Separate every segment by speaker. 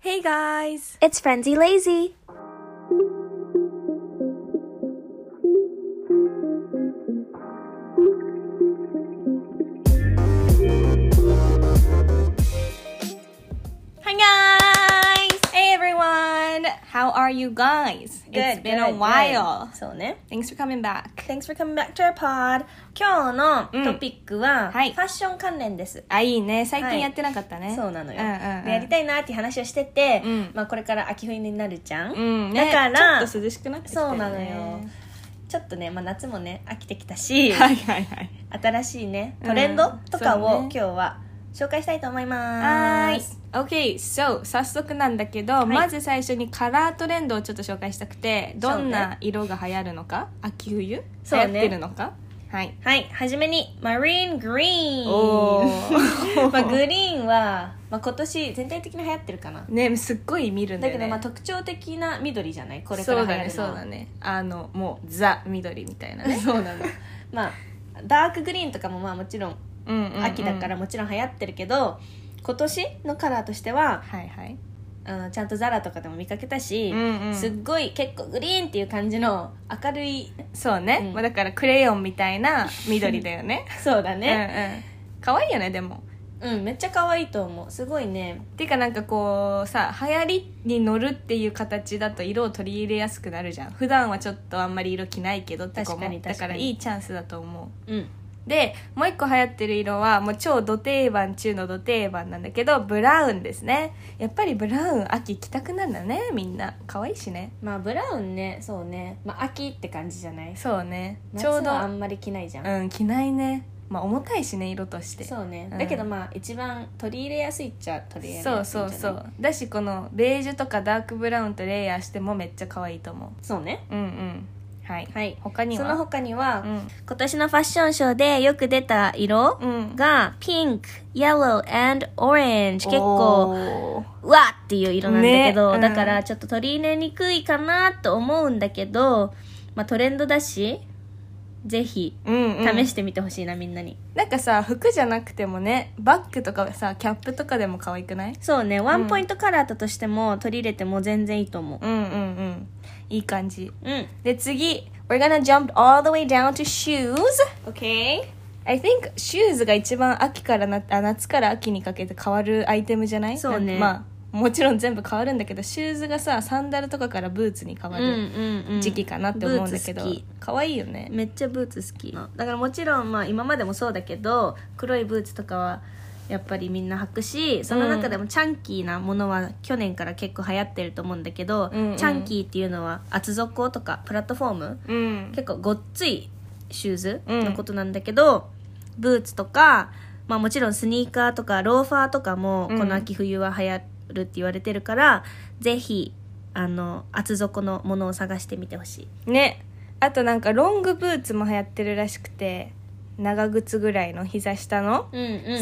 Speaker 1: Hey guys!
Speaker 2: It's Frenzy Lazy!
Speaker 1: Hi guys! Hey everyone! How are you guys? it's been a while.
Speaker 3: そうね。
Speaker 1: Thanks for coming back.
Speaker 3: Thanks for coming back to our pod. 今日
Speaker 1: うん
Speaker 3: のトピックは、
Speaker 1: はい
Speaker 3: ファッション関連です。
Speaker 1: あ、いいね。最
Speaker 3: は
Speaker 1: 近
Speaker 3: い
Speaker 1: やってなかったね。
Speaker 3: そうなのよ、
Speaker 1: んうんうん
Speaker 3: でやりたいなっていう話をしてて、
Speaker 1: うん
Speaker 3: まあこれから秋冬になるじゃん、
Speaker 1: うん、ね
Speaker 3: だから
Speaker 1: ちょっと涼しくなってきた
Speaker 3: そう
Speaker 1: よね
Speaker 3: なのよちょっとね、まあ、夏もね飽きてきたし、
Speaker 1: はいはいはい。
Speaker 3: 新しいねトレンドとか
Speaker 1: うんそ
Speaker 3: を、
Speaker 1: うね
Speaker 3: 今日は紹介したいと思いま
Speaker 1: は
Speaker 3: す
Speaker 1: ーい。Okay, so 早速なんだけど、
Speaker 3: い
Speaker 1: まず最初にカラートレンドをちょっと紹介したくて、どん
Speaker 3: そう
Speaker 1: な
Speaker 3: ね
Speaker 1: 色が流行るのか、秋冬、
Speaker 3: そ
Speaker 1: 流
Speaker 3: う
Speaker 1: 行
Speaker 3: ね
Speaker 1: ってるのか、はい。
Speaker 3: はいはじめにマリーングリーン
Speaker 1: おー
Speaker 3: まあ、グリーンは、まあ、今年全体的に流行ってるかな
Speaker 1: ね、すっごい見るんだ
Speaker 3: だ
Speaker 1: よ
Speaker 3: け
Speaker 1: ね。
Speaker 3: どまあ特徴的な緑じゃないこれから流行るのは
Speaker 1: そうだねそうだねあのもうザ緑みたいなね
Speaker 3: そうなのまあダークグリーンとかもまあもちろん
Speaker 1: うんうんうん
Speaker 3: 秋だからもちろん流行ってるけど、今年のカラーとしては、
Speaker 1: はいはい
Speaker 3: うん、ちゃんとザラとかでも見かけたし、
Speaker 1: うんうん
Speaker 3: すっごい結構グリーンっていう感じの明るい
Speaker 1: そうね、
Speaker 3: うん
Speaker 1: まあ、だからクレヨンみたいな緑だよね
Speaker 3: そうだね
Speaker 1: ねうんうん可愛いよねでも
Speaker 3: うん、めっちゃ可愛いと思うすごいね
Speaker 1: っていうかなんかこうさ流行りに乗るっていう形だと色を取り入れやすくなるじゃん普段はちょっとあんまり色着ないけどって子も
Speaker 3: 確かに確かに
Speaker 1: だからいいチャンスだと思う
Speaker 3: うん
Speaker 1: でもう一個流行ってる色はもう超ド定番中のド定番なんだけどブラウンですねやっぱりブラウン秋着たくなるんだねみんな可愛いしね
Speaker 3: まあブラウンねそうね、まあ、秋って感じじゃない
Speaker 1: そうねち
Speaker 3: 夏
Speaker 1: ょうど
Speaker 3: はあんまり着ないじゃん、
Speaker 1: うん着ないねまあ重たいしね色として
Speaker 3: そうね、
Speaker 1: うん
Speaker 3: だけどまあ一番取り入れやすいっちゃ取り入れ
Speaker 1: そ
Speaker 3: や
Speaker 1: う
Speaker 3: すい
Speaker 1: そ
Speaker 3: ん
Speaker 1: う
Speaker 3: じゃない
Speaker 1: そうだしこのベージュとかダークブラウンとレイヤーしてもめっちゃ可愛いと思
Speaker 3: そうね
Speaker 1: ううんうんはい、
Speaker 3: はい
Speaker 1: 他には
Speaker 3: その他には、
Speaker 1: うん
Speaker 3: 今年のファッションショーでよく出た色
Speaker 1: うん
Speaker 3: がピンク、イエロー、and オレンジ結構
Speaker 1: おー
Speaker 3: うわっていう色なんだけど、
Speaker 1: ねうん
Speaker 3: だからちょっと取り入れにくいかなと思うんだけど、まあ、トレンドだしぜひ
Speaker 1: うん、うん、
Speaker 3: 試してみてほしいな、みんなに
Speaker 1: なんかさ服じゃなくてもねバッグとかさキャップとかでも可愛くない
Speaker 3: そうねワンポイントカラーだとしても取り入れても全然いいと思う
Speaker 1: うんうんうんいい感じ
Speaker 3: うん
Speaker 1: で次 We're gonna jump all the way down to shoes
Speaker 3: OK
Speaker 1: I think シューズが一番秋からなあ夏から秋にかけて変わるアイテムじゃない
Speaker 3: そうね
Speaker 1: まあもちろん全部変わるんだけどシューズがさサンダルとかからブーツに変わ
Speaker 3: うんう
Speaker 1: る
Speaker 3: ん、うん、
Speaker 1: 時期かなって思うんだけど、
Speaker 3: ブーツ好き
Speaker 1: 可愛いよね
Speaker 3: めっちゃブーツ好きだからもちろんまあ今までもそうだけど黒いブーツとかはやっぱりみんな履くしその中でもチャンキーなものは去年から結構流行ってると思うんだけど、
Speaker 1: うんうん
Speaker 3: チャンキーっていうのは厚底とかプラットフォーム
Speaker 1: うん
Speaker 3: 結構ごっついシューズのことなんだけど、ブーツとか、まあ、もちろんスニーカーとかローファーとかも
Speaker 1: うん
Speaker 3: この秋冬は流行るって言われてるから、ぜひあの厚底のものを探してみてほしい。
Speaker 1: ねあとなんかロングブーツも流行ってるらしくて長靴ぐらいの膝下の、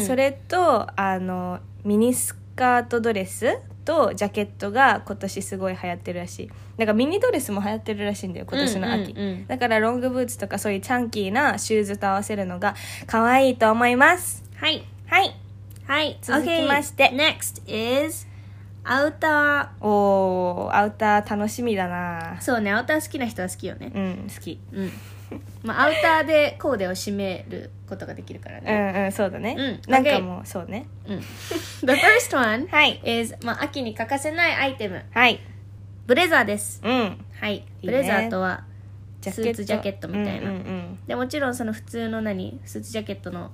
Speaker 1: それとあのミニスカートドレスとジャケットが今年すごい流行ってるらしいなんかミニドレスも流行ってるらしいんだよ今年の秋、
Speaker 3: うんうんうん
Speaker 1: だからロングブーツとかそういうチャンキーなシューズと合わせるのが可愛いと思います
Speaker 3: はい
Speaker 1: はい
Speaker 3: はい、
Speaker 1: 続きまして
Speaker 3: Okay, Next is アウタ
Speaker 1: おーアウター楽しみだな
Speaker 3: ー。そうね、アウター好きな人は好きよね。
Speaker 1: うん好き
Speaker 3: うん。まあ、アウターでコーデを締めることができるから
Speaker 1: う
Speaker 3: ね。
Speaker 1: んうんそうだね、
Speaker 3: うん
Speaker 1: なんかもうそうね
Speaker 3: うん。The first one
Speaker 1: はい
Speaker 3: is、まあ、秋に欠かせないアイテム。
Speaker 1: はい
Speaker 3: ブレザーです。
Speaker 1: うん
Speaker 3: はい。
Speaker 1: いね
Speaker 3: ブレザーとは、スーツジャケットみたいな
Speaker 1: うんうん
Speaker 3: でもちろんその普通の何、スーツジャケットの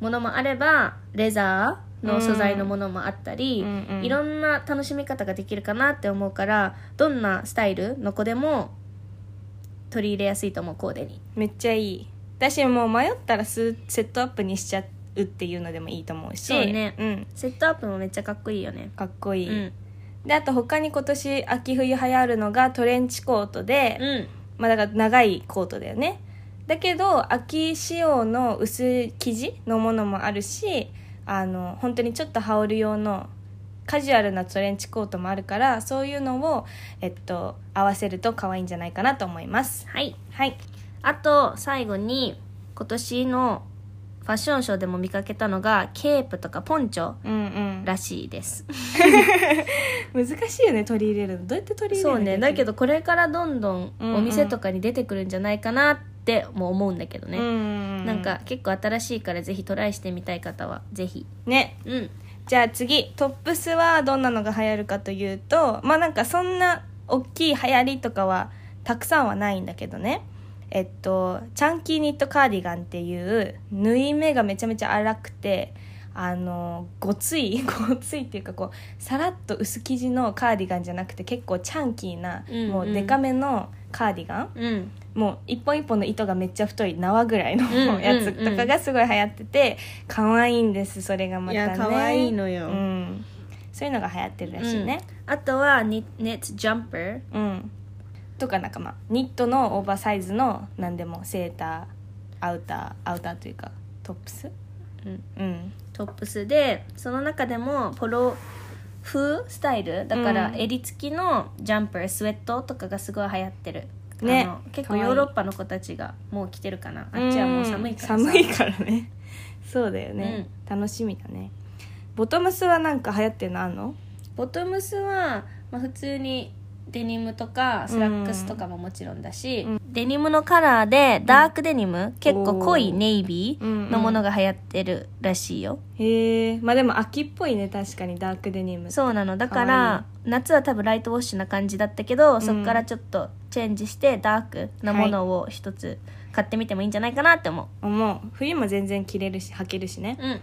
Speaker 3: ものもあれば、レザーの素材のものもあったり、
Speaker 1: うんうんうん
Speaker 3: いろんな楽しみ方ができるかなって思うからどんなスタイルの子でも取り入れやすいと思うコーデに
Speaker 1: めっちゃいい私もう迷ったらスセットアップにしちゃうっていうのでもいいと思うし
Speaker 3: そうね
Speaker 1: ん、
Speaker 3: セットアップもめっちゃかっこいいよね
Speaker 1: かっこいい、
Speaker 3: うん
Speaker 1: であと他に今年秋冬流行るのがトレンチコートで、
Speaker 3: うん
Speaker 1: まあだから長いコートだよねだけど秋仕様の薄い生地のものもあるしあの本当にちょっと羽織る用のカジュアルなトレンチコートもあるからそういうのを、えっと、合わせると可愛いんじゃないかなと思います
Speaker 3: はい
Speaker 1: はい
Speaker 3: あと最後に今年のフファッションショーでも見かけたのがケープとかポンチョ
Speaker 1: うんうん
Speaker 3: らしいです
Speaker 1: 難しいよね取り入れるのどうやって取り入れ
Speaker 3: そ
Speaker 1: る
Speaker 3: う
Speaker 1: の
Speaker 3: ねだけどこれからどんどん
Speaker 1: うんうん
Speaker 3: お店とかに出てくるんじゃないかなっても思うんだけどね、
Speaker 1: うんうんうん
Speaker 3: なんか結構新しいからぜひトライしてみたい方はぜひ
Speaker 1: ね
Speaker 3: うん
Speaker 1: じゃあ次トップスはどんなのが流行るかというとまあなんかそんな大きい流行りとかはたくさんはないんだけどねえっとチャンキーニットカーディガンっていう縫い目がめちゃめちゃ荒くてあのごつい ごついっていうかこうさらっと薄生地のカーディガンじゃなくて結構チャンキーな、
Speaker 3: うんうん
Speaker 1: もうデカめのカーディガン
Speaker 3: うん
Speaker 1: もう一本一本の糸がめっちゃ太い縄ぐらいの
Speaker 3: うんうん
Speaker 1: やつとかがすごい流行ってて可愛いんですそれがまたね
Speaker 3: いや可愛いのよ
Speaker 1: うん、そういうのが流行ってるらしいね
Speaker 3: あとはニネットジャンパー
Speaker 1: うん、とかなんかまあニットのオーバーサイズの何でもセーターアウターアウターというかトップス
Speaker 3: うん
Speaker 1: うん
Speaker 3: トップスでその中でもポロ風スタイルだから
Speaker 1: うん
Speaker 3: 襟付きのジャンパースウェットとかがすごい流行ってる
Speaker 1: ね
Speaker 3: あの結
Speaker 1: か
Speaker 3: 構
Speaker 1: わいい
Speaker 3: ヨーロッパの子たちがもう着てるかなあっちはもう寒いから
Speaker 1: うん
Speaker 3: さ
Speaker 1: 寒いからね そうだよね、楽しみだねボトムスはなんか流行ってるのあんの
Speaker 3: ボトムスは、まあ、普通にデニムとかスラックスとかももちろんだし、デニムのカラーでダークデニム、結構濃いネイビーのものが流行ってるらしいよ、
Speaker 1: へえまあでも秋っぽいね確かにダークデニムって
Speaker 3: そうなのだか
Speaker 1: から
Speaker 3: 夏は多分ライトウォッシュな感じだったけど、そこからちょっとチェンジしてダークなものを一つ買ってみてもいいんじゃないかなって思
Speaker 1: 思う冬も全然着れるし履けるしね
Speaker 3: う、うん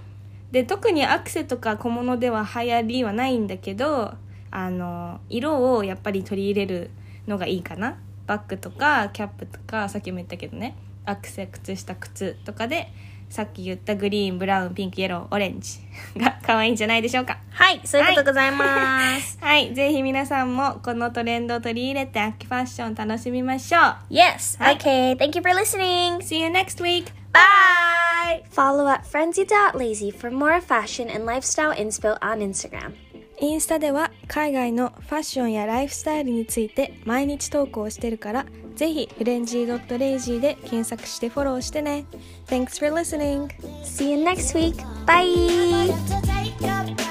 Speaker 1: で特にアクセとか小物では流行りはないんだけどあの色をやっぱり取り入れるのがいいかなバッグとかキャップとかさっきも言ったけどねアクセ靴下靴とかでさっき言ったグリーンブラウンピンクイエローオレンジ が可愛いんじゃないでしょうか
Speaker 3: はいそういうことございます、
Speaker 1: はいぜひ皆さんもこのトレンドを取り入れて秋ファッション楽しみましょう
Speaker 3: Yes!
Speaker 1: はい
Speaker 2: Okay, thank you for listening.
Speaker 1: See you next week!
Speaker 3: Bye!
Speaker 2: Follow at frenzy.lazy for more fashion and lifestyle inspo on Instagram.
Speaker 1: インスタでは海外のファッションやライフスタイルについて毎日投稿してるからぜひフレンジー .lazy で検索してフォローしてね Thanks for listening!
Speaker 2: See you next week. Bye!
Speaker 4: to take up